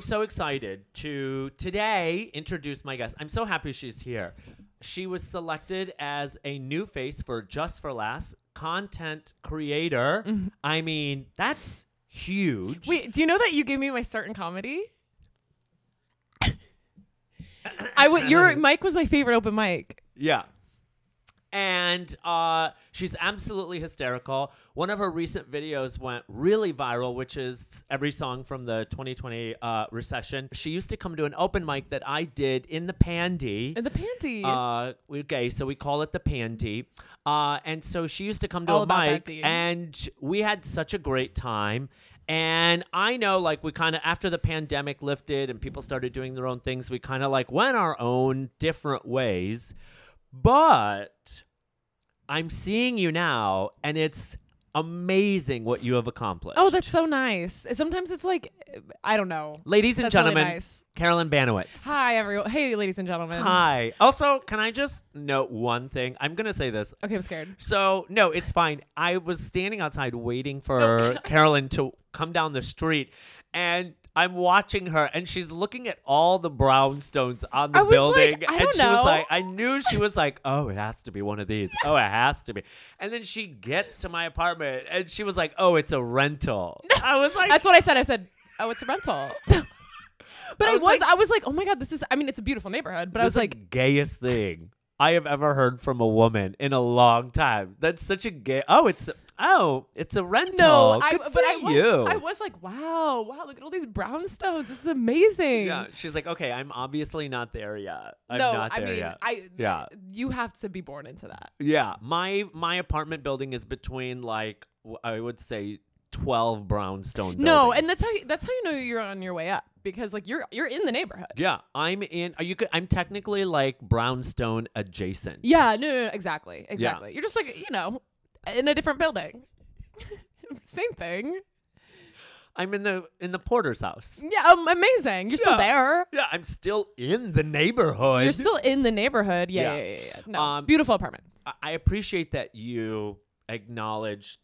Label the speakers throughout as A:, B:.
A: so excited to today introduce my guest. I'm so happy she's here. She was selected as a new face for Just for Last content creator. I mean, that's huge.
B: Wait, do you know that you gave me my start in comedy? I w- your mic was my favorite open mic.
A: Yeah. And uh, she's absolutely hysterical. One of her recent videos went really viral, which is every song from the 2020 uh, recession. She used to come to an open mic that I did in the Pandy.
B: And the panty.
A: Uh, we- okay, so we call it the Pandy. Uh, and so she used to come to
B: All
A: a
B: about
A: mic,
B: panty.
A: and we had such a great time. And I know, like, we kind of after the pandemic lifted and people started doing their own things, we kind of like went our own different ways. But I'm seeing you now, and it's amazing what you have accomplished.
B: oh, that's so nice. Sometimes it's like I don't know.
A: ladies and
B: that's really
A: gentlemen,
B: nice.
A: Carolyn Banowitz.
B: Hi everyone. Hey ladies and gentlemen.
A: Hi. Also, can I just note one thing? I'm gonna say this.
B: Okay, I'm scared.
A: So no, it's fine. I was standing outside waiting
B: Oh,
A: for Carolyn to come down the street, and I'm watching her, and she's looking at all the brownstones on the
B: I was
A: building,
B: like, I
A: and
B: don't
A: she was
B: know.
A: like, I knew she was like, oh, it has to be one of these. Oh, it has to be. And then she gets to my apartment, and she was like, oh, it's a rental. I was like,
B: That's what I said. I said, "Oh, it's a rental." but I
A: was
B: was,
A: like-
B: I was like, "Oh my god, this is." I mean, it's a beautiful neighborhood, but I
A: This is the
B: was like,
A: gayest thing I have ever heard from a woman in a long time. That's such a gay. Oh, it's oh, it's a rental.
B: "No, I."
A: Good
B: But
A: for
B: I was,
A: you.
B: I was like, "Wow, wow, look at all these brownstones. This is amazing."
A: Yeah, she's like, okay, I'm obviously not there yet. I'm
B: no,
A: not
B: I
A: there
B: mean,
A: yet.
B: I.
A: Yeah.
B: You have to be born into that.
A: yeah, my my apartment building is between like w- I would say twelve brownstone.
B: No,
A: buildings.
B: and that's how you, that's how you know you're on your way up because like you're you're in the neighborhood.
A: yeah, I'm in. Are you? co- I'm technically like brownstone adjacent.
B: Yeah, no, no, no exactly, exactly. You're just like you know, in a different building. Same thing.
A: I'm in the in the porter's house.
B: Yeah, um, amazing. You're
A: Yeah.
B: still there.
A: Yeah, I'm still in the neighborhood.
B: You're still in the neighborhood. Yeah,
A: Yeah.
B: yeah, yeah. yeah, yeah. No,
A: Um,
B: beautiful apartment.
A: I- I appreciate that you acknowledged.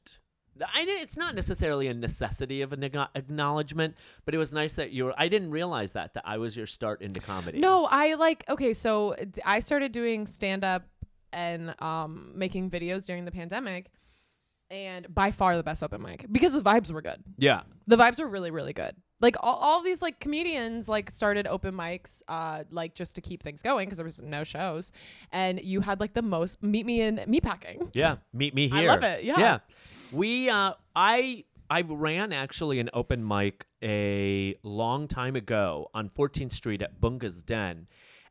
A: I didn't, it's not necessarily a necessity of an agno- acknowledgement, but it was nice that you were. I didn't realize that that I was your start into comedy.
B: No, I like okay. So d- I started doing stand up and um making videos during the pandemic, and by far the best open mic because the vibes were good.
A: Yeah.
B: the vibes were really really good like all, all these like comedians like started open mics uh like just to keep things going because there was no shows and you had like the most meet me in meatpacking. packing
A: Yeah. Meet me
B: I
A: here.
B: love it, yeah.
A: Yeah. We uh I I ran actually an open mic a long time ago on 14th Street at Bunga's Den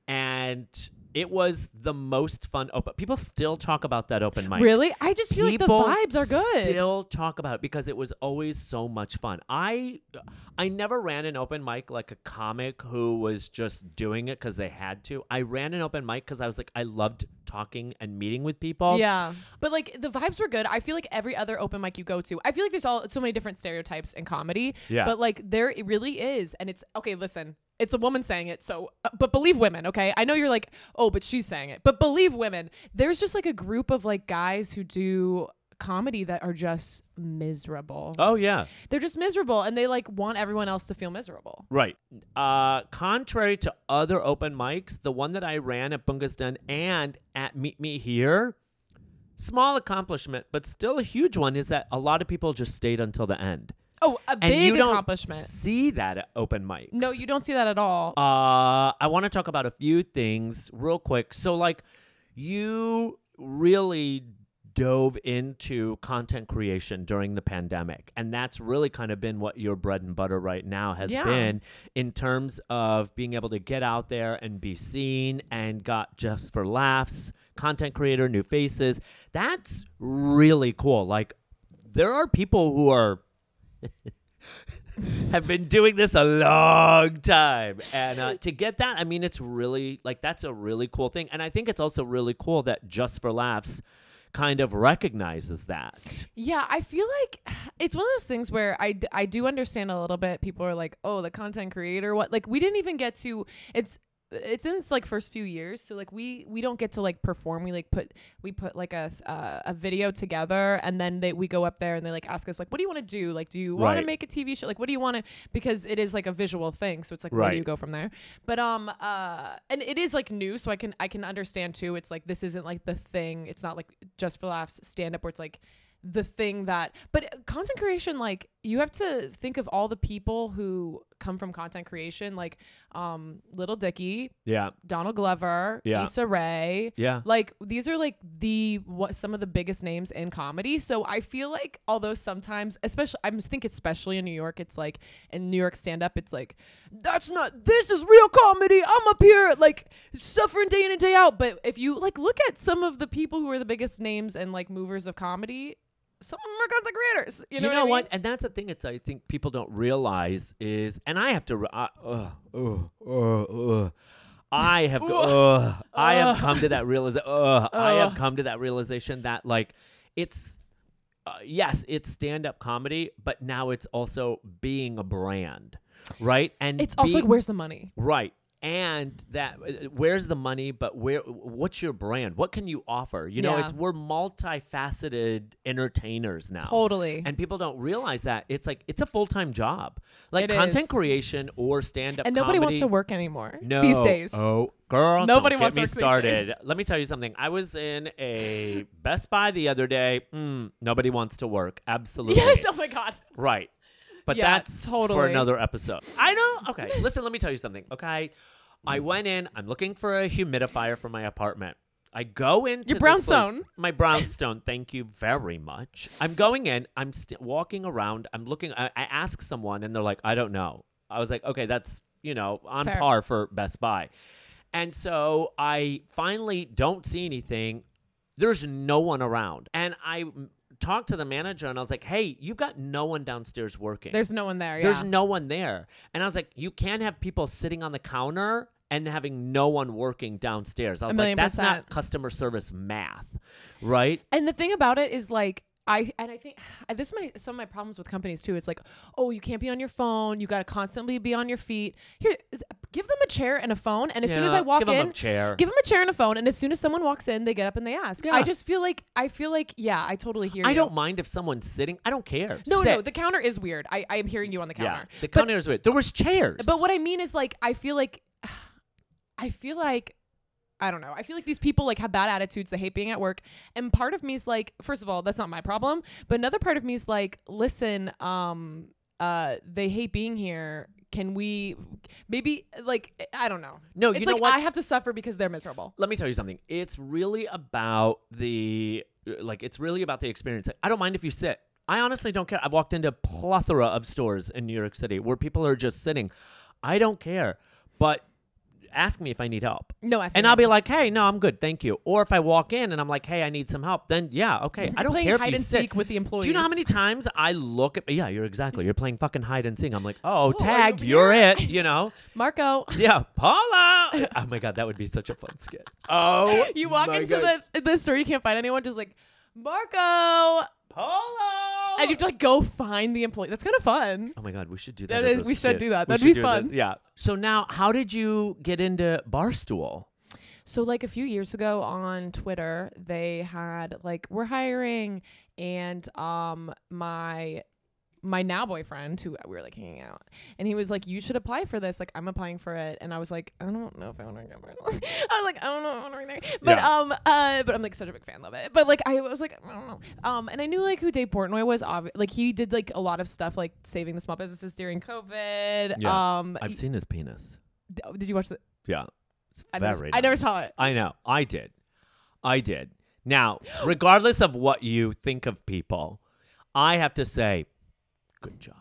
A: and it was the most fun open. People still talk about that open mic.
B: really i just feel like the
A: people
B: vibes are good
A: Still talk about it because it was always so much fun. I I never ran an open mic like a comic who was just doing it because they had to. I ran an open mic because I was like I loved talking and meeting with people.
B: yeah but like the vibes were good i feel like every other open mic you go to i feel like there's all so many different stereotypes in comedy
A: Yeah.
B: but like there it really is and it's okay listen it's a woman saying it so uh, but believe women okay i know you're like oh but she's saying it but believe women there's just like a group of like guys who do comedy that are just miserable
A: Oh yeah.
B: they're just miserable and they like want everyone else to feel miserable
A: Right. Uh, contrary to other open mics, the one that I ran at Bunga's Den and at Meet Me Here, small accomplishment, but still a huge one, is that a lot of people just stayed until the end.
B: oh a
A: And
B: big
A: you don't
B: accomplishment
A: see that at open mics.
B: no you don't see that at all
A: Uh, I want to talk about a few things real quick. So, like, you really dove into content creation during the pandemic, and that's really kind of been what your bread and butter right now has
B: Yeah.
A: been in terms of being able to get out there and be seen and got just for laughs, content creator, new faces. That's really cool. Like, there are people who are have been doing this a long time. And uh, to get that, I mean, it's really like that's a really cool thing. And I think it's also really cool that Just for Laughs kind of recognizes that.
B: Yeah, I feel like it's one of those things where I, d- I do understand a little bit. People are like, oh, the content creator, what? Like, we didn't even get to, it's it's in its like first few years so like we we don't get to like perform we like put we put like a th- uh, a video together and then they we go up there and they like ask us like what do you want to do like do you want
A: Right.
B: to make a tv show like what do you want to because it is like a visual thing so it's like where do
A: Right.
B: you go from there but um uh and it is like new so i can i can understand too it's like this isn't like the thing it's not like just for laughs stand up where it's like the thing that but uh, content creation like you have to think of all the people who come from content creation like um little dicky
A: Yeah.
B: donald glover
A: Yeah.
B: Issa ray
A: Yeah.
B: like these are like the what some of the biggest names in comedy so i feel like although sometimes especially i think especially in new york it's like in new york stand up it's like that's not this is real comedy i'm up here like suffering day in and day out but if you like look at some of the people who are the biggest names and like movers of comedy some of them are content creators you know, what, I mean?
A: And that's the thing that's I think people don't realize is, and I have to, re- I- uh, ugh, ugh, ugh, ugh. uh, I have, go- ugh. I have
B: uh.
A: come to that realization. I have
B: Ugh.
A: come to that realization that like, it's, uh, yes, it's stand-up comedy, but now it's also being a brand, right? And
B: it's also
A: being-
B: like where's the money
A: Right. And that uh, where's the money, but where what's your brand? What can you offer? You know,
B: Yeah.
A: it's we're multifaceted entertainers now.
B: totally
A: And people don't realize that. It's like it's a full-time job. Like
B: It
A: content
B: is.
A: creation or stand-up
B: and nobody wants
A: comedy.
B: to work anymore
A: no.
B: these days
A: Oh, girl,
B: Nobody
A: don't
B: wants
A: get
B: to
A: me
B: work these
A: started.
B: days.
A: Let me tell you something. I was in a Best Buy the other day. Mm, nobody wants to work. Absolutely.
B: yes oh my god
A: Right. But
B: Yeah,
A: that's for
B: totally.
A: another episode. I know. Okay, listen, let me tell you something. Okay. I went in, I'm looking for a humidifier for my apartment. I go into this place-
B: Your brownstone.
A: my brownstone. Thank you very much. I'm going in. I'm st- walking around. I'm looking. I, I ask someone, and they're like, "I don't know." I was like, "Okay, that's you know on
B: Fair.
A: par for Best Buy." And so I finally don't see anything. There's no one around, and I m- talked to the manager, and I was like, "Hey, you've got no one downstairs working.
B: there's no one there yeah.
A: There's no one there. And I was like, you can't have people sitting on the counter and having no one working downstairs. I was like,
B: million
A: that's not
B: percent.
A: customer service math, right?
B: And the thing about it is like I and I think I, this is my some of my problems with companies too. It's like, oh, you can't be on your phone. You got to constantly be on your feet. Here, is- give them a chair and a phone. And as soon as
A: Yeah,
B: I walk
A: give 'em
B: in,
A: a chair.
B: give them a chair and a phone. And as soon as someone walks in, they get up and they ask.
A: Yeah.
B: I just feel like I feel like yeah, I totally hear.
A: I
B: you.
A: don't mind if someone's sitting. I don't care.
B: No,
A: Sit.
B: no, the counter is weird. I I am hearing you on the
A: yeah,
B: counter.
A: the
B: But-
A: counter is weird. There was chairs.
B: But what I mean is like I feel like I feel like I don't know. I feel like these people like have bad attitudes. They hate being at work. And part of me is like, first of all, that's not my problem. But another part of me is like, listen, um, uh, they hate being here. Can we maybe like I don't know.
A: No,
B: it's
A: you know
B: like
A: what?
B: I have to suffer because they're miserable.
A: let me tell you something. It's really about the like. It's really about the experience. Like, I don't mind if you sit. I honestly don't care. I've walked into plethora of stores in New York City where people are just sitting. I don't care. But ask me if I need help.
B: No, I see
A: And I'll
B: that.
A: be like, hey, no, I'm good, thank you. Or if I walk in and I'm like, hey, I need some help, then yeah, okay. I don't
B: playing
A: care if
B: hide
A: you
B: and
A: sit.
B: seek with the
A: Do you know how
B: employees.
A: many times I look at? Yeah, you're exactly. You're playing fucking hide and seek. I'm like, oh,
B: are you
A: tag,
B: over
A: you're it. You know?
B: Marco,
A: Yeah, Paula. Oh my god, that would be such a fun skit. Oh,
B: you walk
A: my
B: into
A: God.
B: the the store, you can't find anyone. Just like Marco,
A: Paula.
B: and you have to like go find the employee. That's kind of fun.
A: Oh my god, we should do that.
B: That
A: as
B: is-
A: a
B: we should
A: skit.
B: do that.
A: We
B: That'd
A: should
B: be
A: do
B: fun.
A: that. Yeah. So now, how did you get into Barstool?
B: So like a few years ago on Twitter, they had like we're hiring and um my my now boyfriend who we were like hanging out and he was like you should apply for this like I'm applying for it and I was like I don't know if I want to get married. I was like I don't know if I want to get married. But
A: Yeah.
B: um uh but I'm like such a big fan of it. But like I was like I don't know. Um and I knew like who Dave Portnoy was obvi- like he did like a lot of stuff like saving the small businesses during COVID.
A: Yeah.
B: um
A: I've seen his penis.
B: y- did you watch the
A: Yeah. It's
B: I never,
A: very.
B: I never saw it.
A: I know. I did. I did. Now, regardless of what you think of people, I have to say, good job.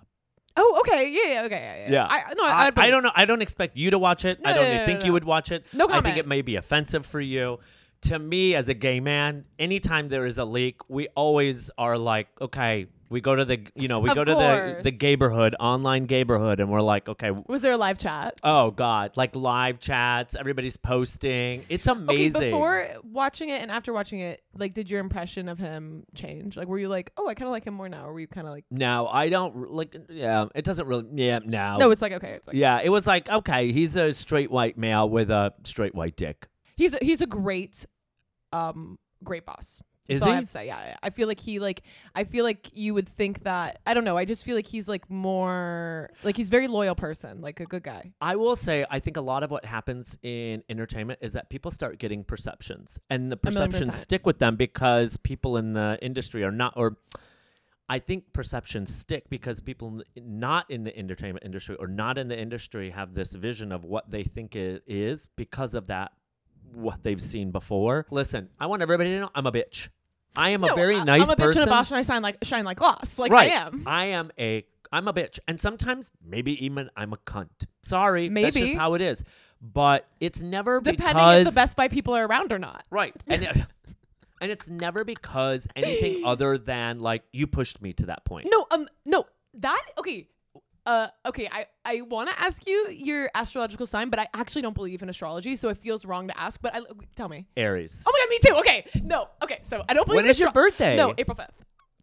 B: Oh, okay. Yeah, yeah, okay. Yeah. yeah. I, no, I,
A: I,
B: I'd believe-
A: don't know. I don't expect you to watch it.
B: No,
A: I don't
B: no, no, no,
A: think
B: no.
A: you would watch it.
B: No
A: I think
B: comment.
A: it may be offensive for you. To me, as a gay man, anytime there is a leak, we always are like, okay, We go to the you know we
B: Of
A: go to
B: course.
A: the the gayborhood online gayborhood, and we're like, okay,
B: Was there a live chat?
A: oh god, like live chats. Everybody's posting. It's amazing.
B: Okay, before watching it and after watching it, like, did your impression of him change? Like, were you like, oh, I kind of like him more now? Or were you kind of like,
A: no, I don't r- like. Yeah, it doesn't really. Yeah, no.
B: no, it's like okay, it's like
A: yeah, it was like okay, he's a straight white male with a straight white dick.
B: he's a, he's a great, um, great boss.
A: Is
B: That's all I
A: he?
B: have to say. Yeah, yeah. I feel like he like I feel like you would think that I don't know. I just feel like he's like more like he's a very loyal person, like a good guy.
A: I will say, I think a lot of what happens in entertainment is that people start getting perceptions, and the
B: million
A: perceptions
B: percent.
A: stick with them because people in the industry are not, or I think perceptions stick because people n- not in the entertainment industry or not in the industry have this vision of what they think it is because of that, what they've seen before. Listen, I want everybody to know I'm a bitch. I am a
B: No,
A: very
B: I-
A: nice
B: I'm a bitch
A: person.
B: and a boss, and I shine like shine like gloss. Like
A: right.
B: I am.
A: I am a I'm a bitch. And sometimes maybe even I'm a cunt. Sorry. That's just
B: Maybe.
A: how it is. But it's never
B: Depending
A: because
B: if the Best Buy people are around or not.
A: Right. And it- and it's never because anything other than like you pushed me to that point.
B: No, um, no, that okay. Uh, okay, I, I want to ask you your astrological sign, but I actually don't believe in astrology, so it feels wrong to ask. But I, tell me.
A: Aries.
B: Oh my god, me too. Okay, no, okay, so I don't believe.
A: When
B: in
A: is your
B: astro-
A: birthday?
B: No, April fifth.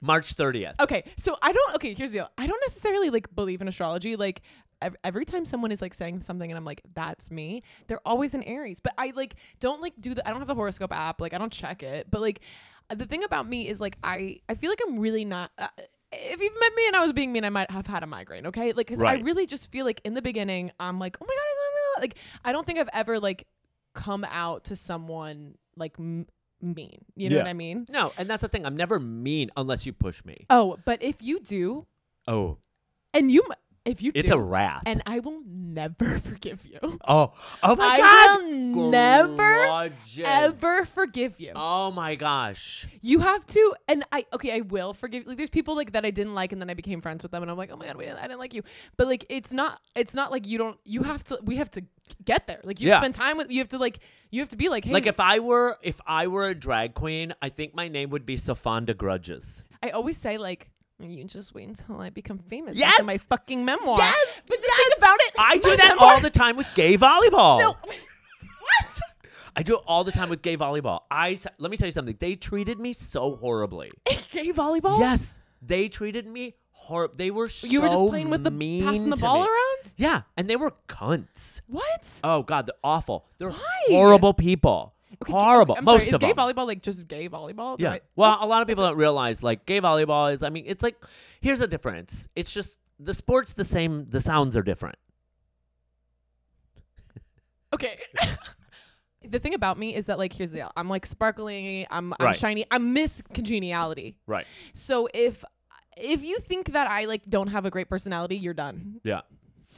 A: March 30th.
B: Okay, so I don't. Okay, here's the deal. I don't necessarily like believe in astrology. Like ev- every time someone is like saying something, and I'm like, "That's me." They're always in Aries, but I like don't like do the. I don't have the horoscope app. Like I don't check it. But like the thing about me is like I I feel like I'm really not. Uh, if you've met me and I was being mean, I might have had a migraine. Okay, like because
A: Right.
B: I really just feel like in the beginning, I'm like, "Oh my god," I don't know." like I don't think I've ever like come out to someone like m- mean. You know
A: Yeah.
B: what I mean?
A: No, and that's the thing. I'm never mean unless you push me.
B: Oh, but if you do,
A: Oh,
B: and you, m- if you
A: it's
B: do,
A: a wrath.
B: and I will never forgive you.
A: oh, oh my
B: I
A: god.
B: will never,
A: Gorgeous.
B: ever forgive you.
A: Oh my gosh.
B: You have to, and I okay, I will forgive. Like, there's people like that I didn't like, and then I became friends with them, and I'm like, oh my god, we didn't, I didn't like you. But like, it's not, it's not like you don't. You have to. We have to get there. Like, you
A: Yeah.
B: spend time with. You have to like. You have to be like, hey.
A: Like if I were if I were a drag queen, I think my name would be Safanda Grudges.
B: I always say like. You just wait until I become famous.
A: Yes!
B: Yes, my fucking memoir.
A: Yes!
B: but the thing about it,
A: I do
B: my
A: that
B: memoir-
A: all the time with gay volleyball.
B: what?
A: I do it all the time with gay volleyball. I s- let me tell you something. They treated me so horribly.
B: Gay volleyball?
A: Yes, they treated me horrible. They were so
B: You were just playing with the
A: mean
B: passing the
A: to
B: ball
A: me.
B: around?
A: Yeah, and they were cunts.
B: What?
A: Oh God, they're awful. They're
B: Why?
A: horrible people. horrible.
B: I'm
A: Most
B: sorry,
A: of
B: is
A: them.
B: gay volleyball like just gay volleyball? Do
A: Yeah.
B: I-
A: Well, a lot of people don't realize like gay volleyball is. I mean, it's like here's the difference. It's just the sport's the same. The sounds are different.
B: okay. the thing about me is that like here's the deal. I'm like sparkling, I'm I'm
A: Right.
B: shiny, I'm Miss Congeniality.
A: Right.
B: So if if you think that I like don't have a great personality, you're done.
A: Yeah.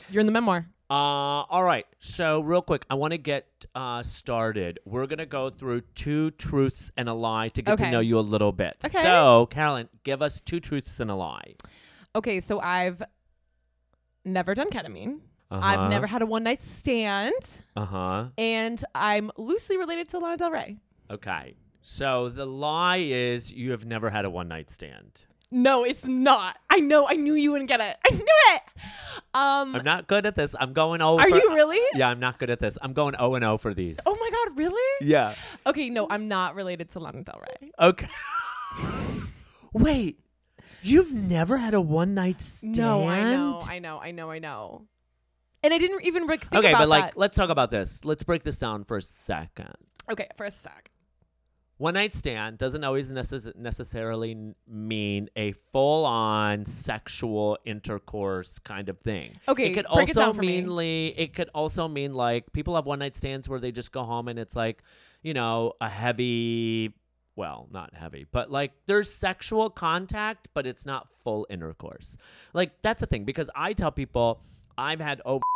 B: You're in the memoir.
A: Uh, all right. So real quick, I want to get uh, started. We're gonna go through two truths and a lie to get to
B: Okay.
A: know you a little bit.
B: Okay.
A: So Carolyn, give us two truths and a lie.
B: Okay, so I've never done ketamine.
A: Uh-huh.
B: I've never had a one night stand,
A: Uh huh.
B: and I'm loosely related to Lana Del Rey.
A: Okay. So the lie is you have never had a one night stand.
B: No, it's not. I know. I knew you wouldn't get it. I knew it. Um,
A: I'm not good at this. I'm going over.
B: are you really?
A: Yeah, I'm not good at this. I'm going O and O for these.
B: Oh my god, really?
A: Yeah.
B: Okay, no, I'm not related to Lana Del Rey.
A: Okay. Wait. You've never had a one night stand?
B: No, I know, I know, I know, I know. And I didn't even like, think
A: okay,
B: about
A: but like,
B: that.
A: let's talk about this. Let's break this down for a second.
B: Okay, for a sec.
A: One night stand doesn't always necess- necessarily n- mean a full on sexual intercourse kind of thing.
B: Okay,
A: it could
B: break it
A: also
B: down for me.
A: mean like- it could also mean like people have one night stands where they just go home and it's like, you know, a heavy, well, not heavy, but like there's sexual contact, but it's not full intercourse. Like that's the thing because I tell people I've had over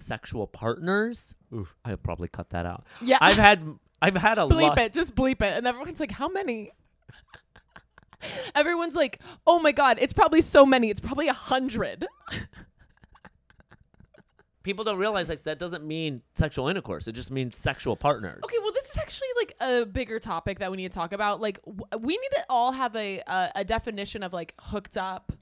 A: sexual partners. Oof, I'll probably cut that out.
B: Yeah.
A: I've had I've had a
B: bleep
A: lot.
B: it, just bleep it. And everyone's like, how many? everyone's like, oh my god, it's probably so many. It's probably a hundred.
A: people don't realize like that doesn't mean sexual intercourse. It just means sexual partners.
B: Okay, well, this is actually like a bigger topic that we need to talk about. Like, w- we need to all have a a, a definition of like hooked up.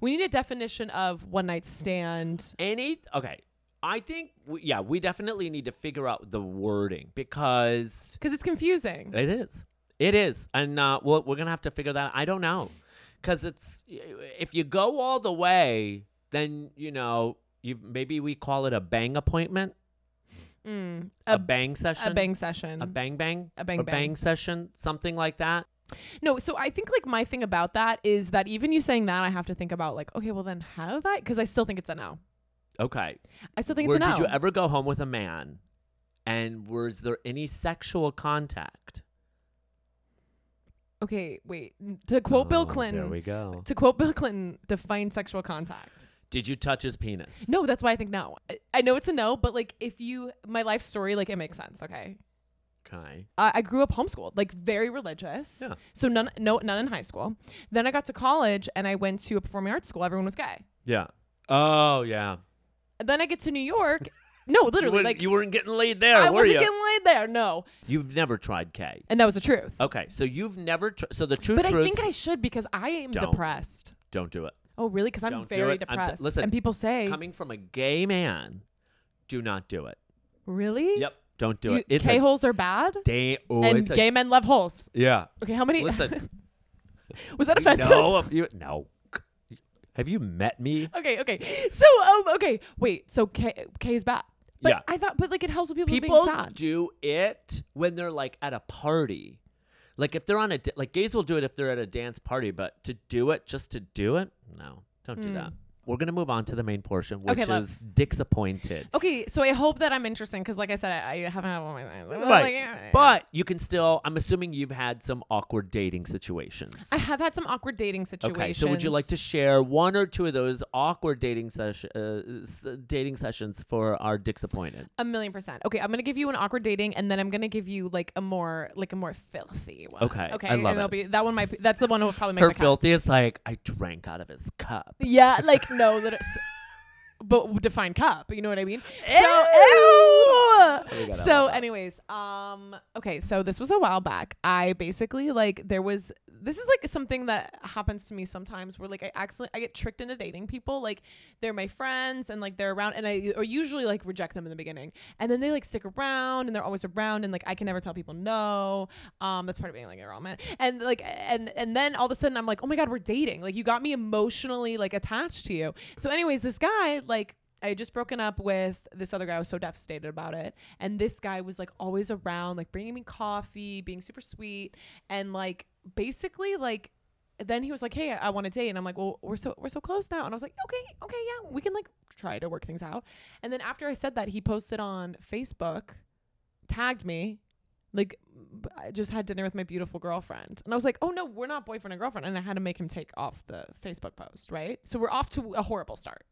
B: We need a definition of one night stand.
A: any okay. I think we, yeah, we definitely need to figure out the wording because
B: Because it's confusing.
A: It is. It is. And uh, we're, we're going to have to figure that out. I don't know. Because it's, if you go all the way, then, you know, you maybe we call it a bang appointment,
B: Mm.
A: a,
B: A,
A: bang session,
B: a bang session.
A: a bang bang,
B: A bang
A: or
B: bang.
A: bang session, something like that.
B: No, so I think like my thing about that is that even you saying that, I have to think about like, okay, well then have I? Because I still think it's a no.
A: Okay.
B: I still think
A: Where
B: it's a no.
A: did you ever go home with a man? And was there any sexual contact?
B: okay, wait. N- To quote
A: Oh,
B: Bill
A: There
B: Clinton,
A: we go.
B: to quote Bill Clinton, define sexual contact.
A: Did you touch his penis?
B: No, that's why I think no. I, I know it's a no, but like if you, my life story, like it makes sense. Okay.
A: Okay.
B: I I grew up homeschooled, like very religious.
A: Yeah.
B: So none, no, none in high school. Then I got to college and I went to a performing arts school. Everyone was gay.
A: Yeah. Oh, yeah.
B: And then I get to New York. No,
A: You
B: literally,
A: weren't,
B: like
A: you weren't getting laid there,
B: I
A: were
B: wasn't
A: you?
B: getting laid there. No,
A: You've never tried K.
B: and that was the truth.
A: Okay, so you've never. Tr- so the true
B: but I
A: truth.
B: think I should because I am
A: Don't.
B: depressed.
A: don't do it.
B: Oh, really? Because I'm
A: Don't do
B: very
A: it. I'm t-
B: depressed.
A: listen,
B: and people say,
A: Coming from a gay man, do not do it.
B: really?
A: Yep. Don't do it. It's
B: K
A: a
B: holes are bad,
A: day. Oh,
B: and
A: it's a-
B: gay men love holes.
A: yeah.
B: Okay, how many?
A: Listen.
B: was that offensive?
A: No, if you- no. Have you met me?
B: Okay, okay. So, um, okay, wait. So K K is bad. But
A: Yeah.
B: I thought, but like it helps with people, being
A: People
B: sad.
A: do it when they're like at a party. Like if they're on a da- like gays will do it if they're at a dance party, but to do it just to do it, no, don't do that. We're gonna move on to the main portion, which
B: Hmm. Okay, love.
A: is Dick's appointed.
B: Okay, so I hope that I'm interesting because, like I said, I, I haven't had one of my
A: Right. But you can still, I'm assuming you've had some awkward dating situations.
B: I have had some awkward dating situations.
A: Okay, so would you like to share one or two of those awkward dating session, uh, s- dating sessions for our Dick's appointed?
B: A million percent. Okay, I'm gonna give you an awkward dating, and then I'm gonna give you like a more like a more filthy one.
A: Okay,
B: Okay.
A: I love
B: and it'll
A: it.
B: be that one might be, that's the one who'll probably make
A: Her
B: the cut.
A: filthy is like I drank out of his cup.
B: Yeah, like no, that it's, but define cup. You know what I mean? So
A: We gotta
B: so
A: love that.
B: anyways um okay so this was a while back i basically like there was this is like something that happens to me sometimes where like i accidentally i get tricked into dating people like they're my friends and like they're around and i or usually like reject them in the beginning and then they like stick around and they're always around and like i can never tell people no um that's part of being like a real man and like and and then all of a sudden i'm like oh my god we're dating like you got me emotionally like attached to you so anyways this guy like I had just broken up with this other guy. I was so devastated about it. And this guy was like always around, like bringing me coffee, being super sweet, and like basically like. Then he was like, "Hey, I, I want to date," and I'm like, "Well, we're so we're so close now." And I was like, "Okay, okay, yeah, we can like try to work things out." And then after I said that, he posted on Facebook, tagged me, like b- I just had dinner with my beautiful girlfriend, and I was like, "Oh no, we're not boyfriend and girlfriend," and I had to make him take off the Facebook post, right? So we're off to a horrible start.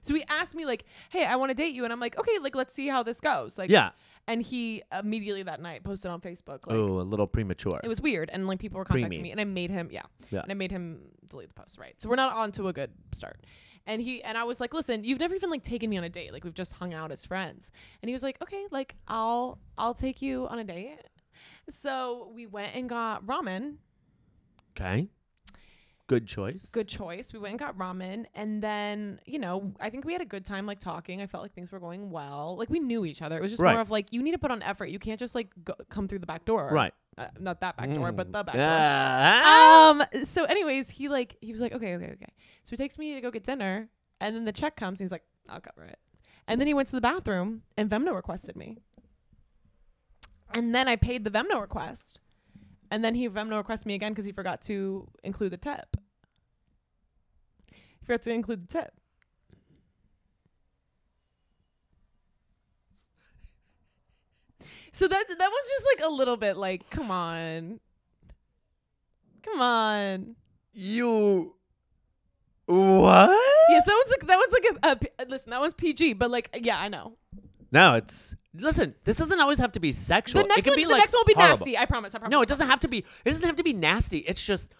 B: So he asked me like, "Hey, I want to date you," and I'm like, "Okay, like let's see how this goes." Like,
A: yeah.
B: And he immediately that night posted on Facebook like,
A: oh, a little premature.
B: it was weird, and like people were contacting
A: Preemie.
B: me, and I made him, yeah,
A: Yeah.
B: and I made him delete the post, right? So we're not on to a good start. And he and I was like, listen, you've never even like taken me on a date, like we've just hung out as friends. And he was like, okay, like I'll I'll take you on a date. So we went and got ramen.
A: okay. Good choice.
B: Good choice. We went and got ramen, and then you know, I think we had a good time like talking. I felt like things were going well. Like we knew each other. It was just
A: Right.
B: more of like you need to put on effort. You can't just like go, come through the back door.
A: Right.
B: Uh, not that back door, but the back door.
A: Ah.
B: um so anyways he like he was like okay okay okay so he takes me to go get dinner and then the check comes and he's like i'll cover it and then he went to the bathroom and vemno requested me and then i paid the vemno request and then he vemno requested me again because he forgot to include the tip he forgot to include the tip so that that was just like a little bit like come on come on
A: you. What?
B: Yes, that one's like that one's like a, a P- listen. That one's PG, but like yeah, I know.
A: No, it's. Listen, this doesn't always have to be sexual.
B: The next
A: it can
B: one,
A: be
B: the
A: like
B: next one will be
A: horrible.
B: nasty. I promise. I promise.
A: No, it doesn't have to be. It doesn't have to be nasty. It's just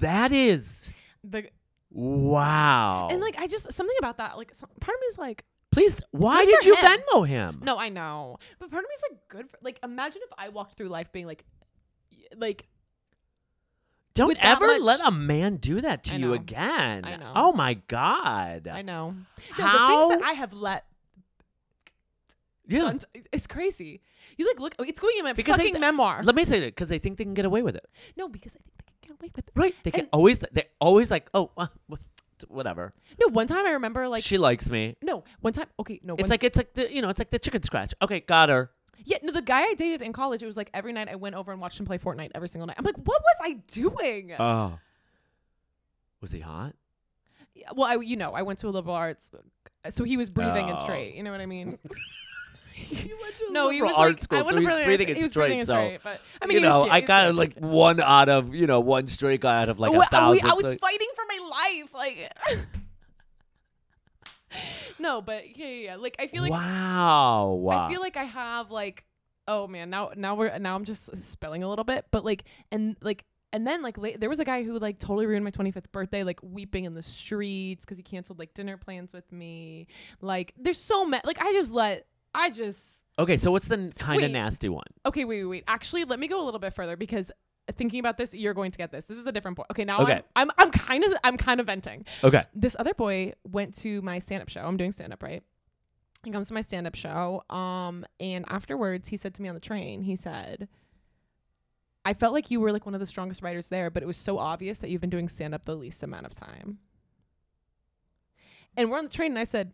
A: that is
B: The
A: Wow.
B: And like I just something about that like some, part of me is like
A: please, why
B: good
A: did
B: for
A: you
B: him.
A: Venmo him?
B: no I know but part of me is like good for like imagine if I walked through life being like y- like
A: Don't
B: with that
A: ever
B: much-
A: let a man do that to
B: I
A: you
B: know.
A: again.
B: I know.
A: Oh my God.
B: I know No, the
A: How?
B: things that I have let
A: yeah.
B: done to- it's crazy you like look it's going in my
A: Because I
B: fucking
A: th-
B: memoir
A: Let me say that because they think they can get away with it.
B: no because I think they can get away with it
A: Right. They can
B: And-
A: always, they're always like, oh, uh, whatever.
B: no one time I remember like
A: she likes me.
B: no one time okay no
A: It's
B: one,
A: like, it's like the, you know, it's like the chicken scratch. Okay, got her.
B: Yeah, no, the guy I dated in college, it was like every night I went over and watched him play Fortnite every single night. I'm like, what was I doing?
A: Oh. Was he hot?
B: Yeah, well, I, you know, I went to a liberal arts, uh, so he was breathing and
A: Oh.
B: straight. You know what I mean?
A: He went to
B: No, he
A: liberal
B: was
A: arts
B: like,
A: school,
B: I
A: so
B: went to
A: he's
B: liberal arts-
A: breathing it
B: he was
A: straight,
B: breathing it
A: so,
B: straight, but I mean,
A: you
B: he was
A: know,
B: gay,
A: I
B: he was
A: got
B: gay, he was
A: like
B: gay.
A: one out of you know one straight guy out of like
B: Well,
A: a
B: I, we-
A: thousand.
B: I was
A: so-
B: fighting for my life, like. no, but yeah, yeah, yeah, like I feel like
A: wow,
B: I feel like I have like oh man now now we're now I'm just spilling a little bit but like and like and then like late, there was a guy who like totally ruined my 25th birthday like weeping in the streets because he canceled like dinner plans with me like there's so many like I just let I just
A: okay, so what's the kind of
B: Wait.
A: nasty one?
B: okay wait wait wait actually let me go a little bit further because thinking about this you're going to get this this is a different point okay now
A: Okay.
B: I'm, I'm I'm kind of I'm kind of venting
A: Okay,
B: this other boy went to my stand up show. I'm doing stand up, right? He comes to my stand up show. Um, and afterwards, he said to me on the train, he said, I felt like you were like one of the strongest writers there, but it was so obvious that you've been doing stand up the least amount of time. And we're on the train, and I said,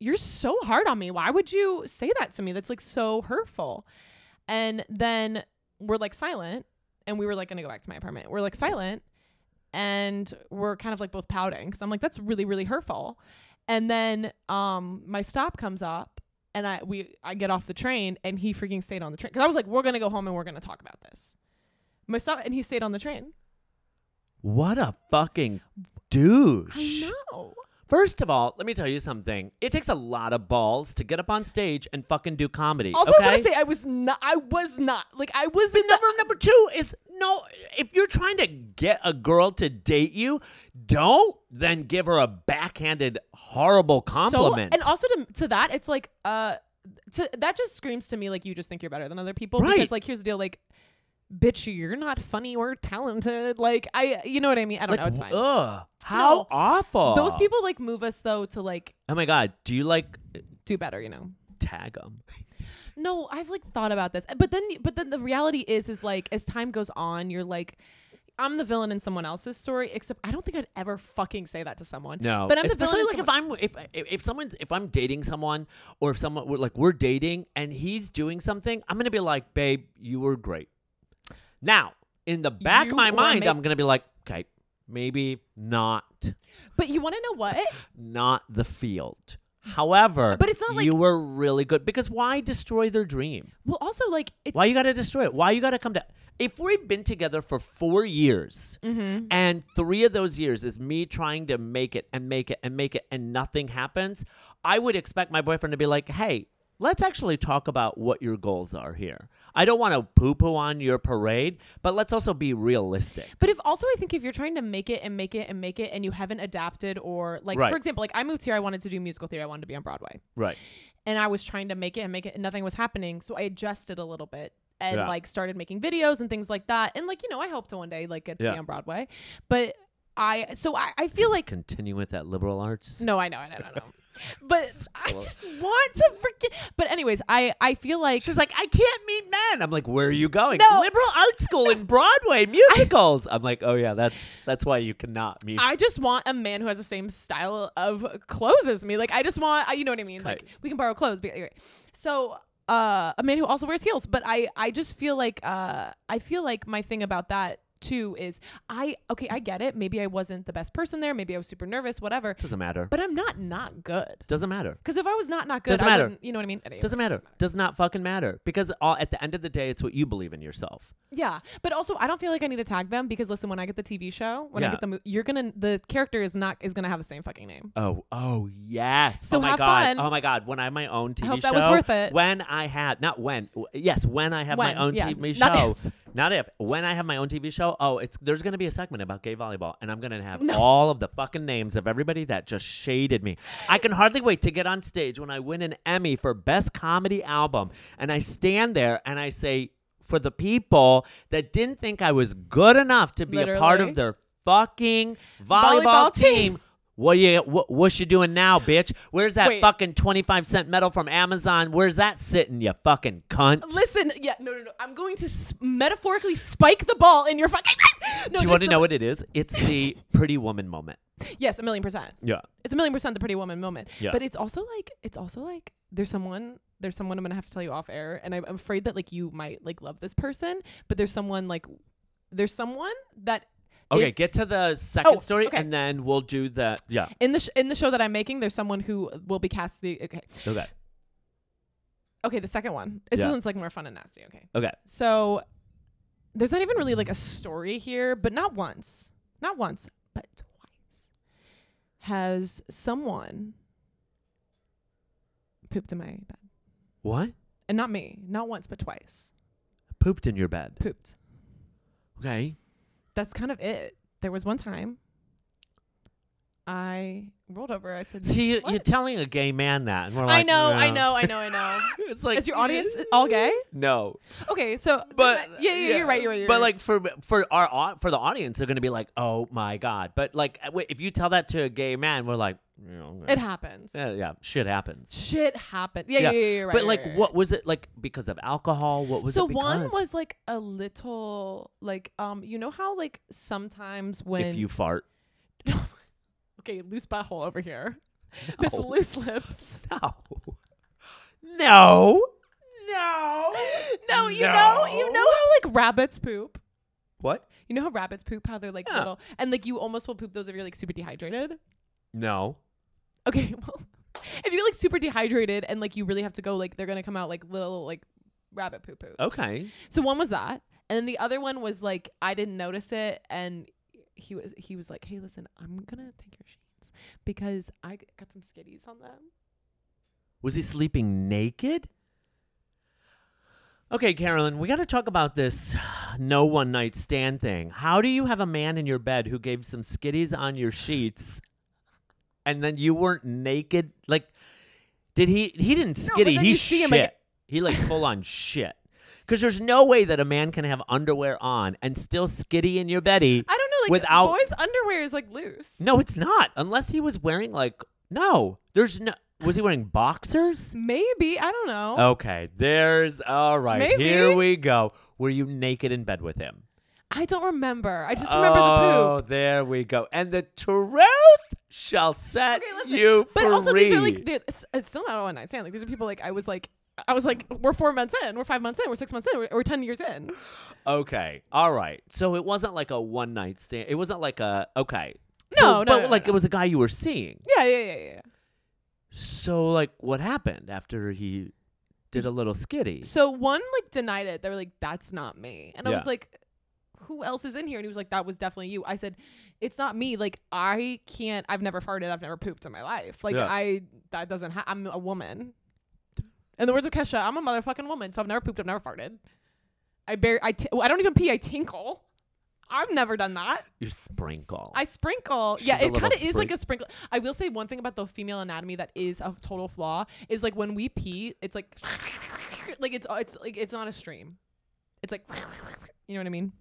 B: You're so hard on me. Why would you say that to me? That's like so hurtful. And then we're like silent, and we were like gonna go back to my apartment. We're like silent, and we're kind of like both pouting because I'm like, that's really, really hurtful. And then um, my stop comes up, and I we I get off the train, and he freaking stayed on the train because I was like, we're gonna go home and we're gonna talk about this. My stop, and he stayed on the train.
A: what a fucking douche.
B: I know.
A: First of all, let me tell you something. It takes a lot of balls to get up on stage and fucking do comedy.
B: Also,
A: okay?
B: I want to say I was not. I was not like I was in the.
A: Number number two is no. If you're trying to get a girl to date you, don't then give her a backhanded, horrible compliment.
B: So, and also to, to that, it's like uh, to that just screams to me like you just think you're better than other people
A: Right.
B: because like here's the deal, like, bitch, you're not funny or talented. Like I, you know what I mean? I don't
A: like,
B: know. It's fine.
A: ugh, how
B: No.
A: awful.
B: Those people like move us though to like
A: Oh my god, do you like
B: do better, you know.
A: tag them?
B: No, I've like thought about this, but then but then the reality is is like as time goes on, you're like. I'm the villain in someone else's story, except I don't think I'd ever fucking say that to someone.
A: No,
B: but I'm the villain.
A: especially
B: in
A: like
B: someone-
A: if I'm if if if someone's if I'm dating someone or if someone we're like we're dating and he's doing something, I'm gonna be like, babe, you were great. Now, in the back
B: You
A: of my
B: were
A: mind,
B: ma-
A: I'm gonna be like, okay, maybe not.
B: but you want to know what?
A: not the field. However,
B: But it's not like-
A: you were really good because why destroy their dream?
B: Well, also like it's
A: Why you got to destroy it? Why you got to come to? If we've been together for four years
B: Mm-hmm.
A: and three of those years is me trying to make it and make it and make it and nothing happens, I would expect my boyfriend to be like, hey, let's actually talk about what your goals are here. I don't want to poo poo on your parade, but let's also be realistic.
B: But if also I think if you're trying to make it and make it and make it and you haven't adapted or like
A: Right.
B: for example, like I moved here, I wanted to do musical theater, I wanted to be on Broadway.
A: Right.
B: And I was trying to make it and make it and nothing was happening. So I adjusted a little bit and
A: Yeah.
B: like started making videos and things like that. And like, you know, I hope to one day like get to
A: Yeah.
B: be on Broadway. But I so I, I feel like
A: continue with that liberal arts.
B: no, I know, I know, I know. But I just want to forget. But anyways, I I feel like
A: She's like, I can't meet men. I'm like, where are you going?
B: No.
A: Liberal arts school in Broadway musicals. I'm like, oh yeah, that's that's why you cannot meet.
B: I just want a man who has the same style of clothes as me. Like I just want, I- you know what I mean. Like
A: Right.
B: we can borrow clothes, but anyway. So uh, a man who also wears heels. But I, I just feel like, uh, I feel like my thing about that too is I okay, I get it. Maybe I wasn't the best person there. Maybe I was super nervous, whatever.
A: Doesn't matter.
B: But I'm not not good.
A: Doesn't matter.
B: Because if I was not not good,
A: Doesn't
B: I
A: matter.
B: wouldn't. You know what I mean? Anyway.
A: Doesn't matter. Does not fucking matter. Because all, at the end of the day, it's what you believe in yourself.
B: Yeah, but also I don't feel like I need to tag them because listen, when I get the TV show, when
A: Yeah.
B: I get the mo- you're gonna the character is not is gonna have the same fucking name.
A: Oh, oh yes.
B: So
A: oh my
B: have
A: god.
B: fun.
A: Oh my god. When I have my own TV
B: hope
A: show.
B: that was worth it.
A: When I had not when w- yes when I have
B: When,
A: my own
B: yeah.
A: TV
B: Not
A: show.
B: if.
A: Not if. When I have my own TV show, oh, it's there's gonna be a segment about gay volleyball, and I'm gonna have
B: No.
A: all of the fucking names of everybody that just shaded me. I can hardly wait to get on stage when I win an Emmy for best comedy album, and I stand there and I say for the people that didn't think I was good enough to be a part
B: Literally.
A: of their fucking volleyball,
B: Volleyball team.
A: team. What you what, what's you doing now, bitch? Where's that
B: Wait.
A: fucking twenty five cent medal from Amazon? Where's that sitting, you fucking cunt?
B: Listen, yeah, no, no, no. I'm going to s- metaphorically spike the ball in your fucking face. No,
A: Do you
B: there's
A: want to
B: some-
A: know what it is? It's the Pretty Woman moment.
B: Yes, a million percent.
A: Yeah.
B: It's a million percent the Pretty Woman moment.
A: Yeah.
B: But it's also like, it's also like, there's someone, there's someone I'm gonna have to tell you off air, and I'm I'm afraid that like you might like love this person, but there's someone like, there's someone that
A: Okay,
B: It-
A: get to the second
B: Oh,
A: story,
B: okay.
A: and then we'll do the yeah.
B: in the sh- in the show that I'm making, there's someone who will be cast the okay,
A: Okay.
B: okay, the second one. This
A: Yeah.
B: one's like more fun and nasty. Okay.
A: Okay.
B: So there's not even really like a story here, but not once, not once, but twice has someone pooped in my bed.
A: What?
B: And not me, not once, but twice.
A: Pooped in your bed.
B: Pooped.
A: Okay.
B: That's kind of it. There was one time I rolled over. I said,
A: So you,
B: "What?"
A: you're telling a gay man that, and we're like,
B: I know, I
A: "Yeah."
B: know, I know, I know.
A: It's like
B: Is your audience all gay?
A: No,
B: Okay, so
A: but
B: yeah, yeah, you're right, you're right. You're
A: but
B: right.
A: like for for our au- for the audience, they're gonna be like, oh my god. But like, w- if you tell that to a gay man, we're like, yeah, okay.
B: it happens.
A: yeah, yeah, shit happens.
B: Shit happened. Yeah, yeah, yeah, you're right.
A: But
B: you're
A: like,
B: right, you're right.
A: what was it like? Because of alcohol? What was
B: so
A: it?
B: one
A: because?
B: was like a little like um you know how like sometimes when
A: if you fart.
B: okay loose butthole over here miss
A: No.
B: loose lips
A: No. Oh, No. No.
B: no you know you know how like rabbits poop
A: What?
B: you know how rabbits poop how they're like
A: Yeah.
B: little and like you almost will poop those if you're like super dehydrated
A: No.
B: okay well if you're like super dehydrated and like you really have to go like they're gonna come out like little like rabbit poo poo
A: Okay.
B: So one was that, and then the other one was like I didn't notice it, and he was he was like, "Hey, listen, I'm gonna take your sheets because I g- got some skitties on them."
A: Was he sleeping naked? Okay, Carolyn, we got to talk about this no one night stand thing. How do you have a man in your bed who gave some skitties on your sheets and then you weren't naked? Like, did he? He didn't
B: No, but
A: skitty.
B: then
A: he
B: you see
A: shit.
B: him, like-
A: he like full on shit. Because there's no way that a man can have underwear on and still skitty in your beddy.
B: I don't know, like
A: Without-
B: boys' underwear is like loose.
A: No, it's not. Unless he was wearing like, no, there's no. Was he wearing boxers?
B: maybe I don't know.
A: Okay, there's all right.
B: Oh. Maybe.
A: Here we go. Were you naked in bed with him?
B: I don't remember. I just remember
A: oh,
B: the poop.
A: there we go. And the truth shall set
B: Okay, listen.
A: you
B: but
A: free.
B: also these are like they're- it's it's still not a one night stand. Like these are people like I was like. I was like, we're four months in, we're five months in, we're six months in, we're, we're ten years in.
A: okay, all right. So it wasn't like a one night stand. It wasn't like a okay.
B: No, no,
A: but
B: no, no,
A: like
B: no.
A: it was a guy you were seeing.
B: Yeah, yeah, yeah, yeah.
A: So like, what happened after he did a little skitty?
B: So one like denied it. They were like, "That's not me," and I
A: Yeah.
B: was like, "Who else is in here?" And he was like, "That was definitely you." I said, "It's not me. Like I can't. I've never farted. I've never pooped in my life. Like
A: Yeah.
B: I that doesn't. Ha- I'm a woman." In the words of Kesha, I'm a motherfucking woman, so I've never pooped. I've never farted. I bar- I t- I don't even pee. I tinkle. I've never done that.
A: you sprinkle.
B: I sprinkle.
A: She's
B: yeah,
A: a
B: it
A: little
B: kind of is like
A: sprink-
B: a sprinkle. I will say one thing about the female anatomy that is a total flaw is like when we pee, it's like like it's uh, it's like it's not a stream. It's like you know what I mean.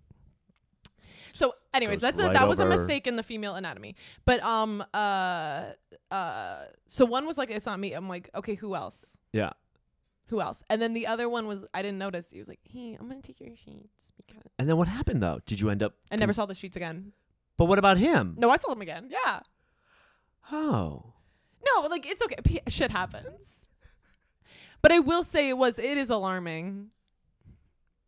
B: So,
A: Just
B: anyways,
A: goes
B: that's a,
A: right
B: that was a
A: over.
B: mistake in the female anatomy. But um uh uh, so one was like, "It's not me." I'm like, "Okay, who else?
A: yeah.
B: Who else?" And then the other one was, I didn't notice. He was like, "Hey, I'm gonna take your sheets because."
A: And then what happened though? Did you end up?
B: I never saw the sheets again.
A: But what about him?
B: No, I saw them again. Yeah.
A: Oh.
B: No, like it's okay. P- shit happens. But I will say it was it is alarming.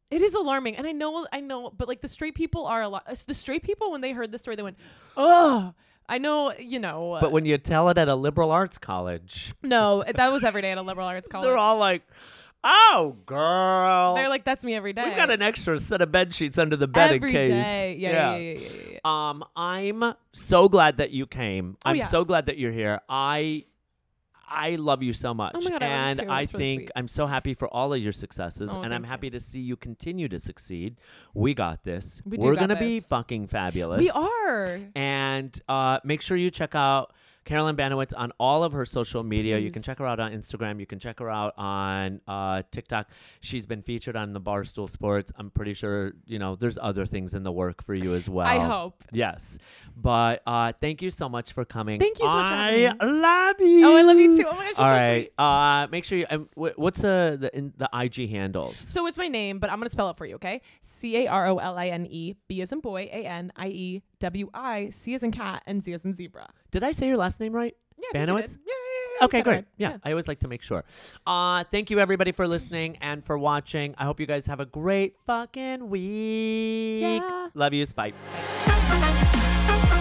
B: It is alarming, and I know I know, but like the straight people are a lot. uh, The straight people when they heard this story, they went, "Oh, I know, you know." uh,
A: But when you tell it at a liberal arts college,
B: no, that was every day at a liberal arts college.
A: they're all like, "Oh, girl,
B: They're like, "That's me every day."
A: we've got an extra set of bed sheets under the bed
B: every
A: in case."
B: day. Yeah, yeah, yeah, yeah, yeah, yeah.
A: Um, I'm so glad that you came.
B: Oh,
A: I'm
B: yeah.
A: so glad that you're here. I I love you so much.
B: Oh my God, I love you
A: and
B: too.
A: I
B: That's really
A: think
B: sweet.
A: I'm so happy for all of your successes
B: Oh,
A: and I'm
B: thank you.
A: happy to see you continue to succeed. We got this.
B: We do
A: are
B: got
A: gonna be
B: this.
A: fucking fabulous.
B: We are.
A: And uh, make sure you check out Carolyn Banowitz on all of her social media. You can
B: Please.
A: check her out on Instagram. You can check her out on uh, TikTok. She's been featured on the Barstool Sports. I'm pretty sure, you know, there's other things in the work for you as well.
B: I hope.
A: Yes. But uh, thank you so much for coming.
B: Thank you so much for
A: I
B: having
A: love you.
B: Oh, I love you too. Oh my gosh, you're so
A: All
B: sweet.
A: right. Uh, make sure you. Um, wh- what's uh, the in, the IG handles?
B: So it's my name, but I'm gonna spell it for you, okay? C A R O L I N E B as in boy, A N I E W I C as in cat, and Z as in zebra.
A: Did I say your last name right?
B: Yeah, I think you
A: Banowitz?
B: did. Yeah, yeah, yeah, yeah, you said
A: Okay,
B: it
A: great.
B: right.
A: Yeah, I always like to make sure. Uh, thank you everybody for listening and for watching. I hope you guys have a great fucking week.
B: Yeah.
A: Love you, Spike.
C: Thank you.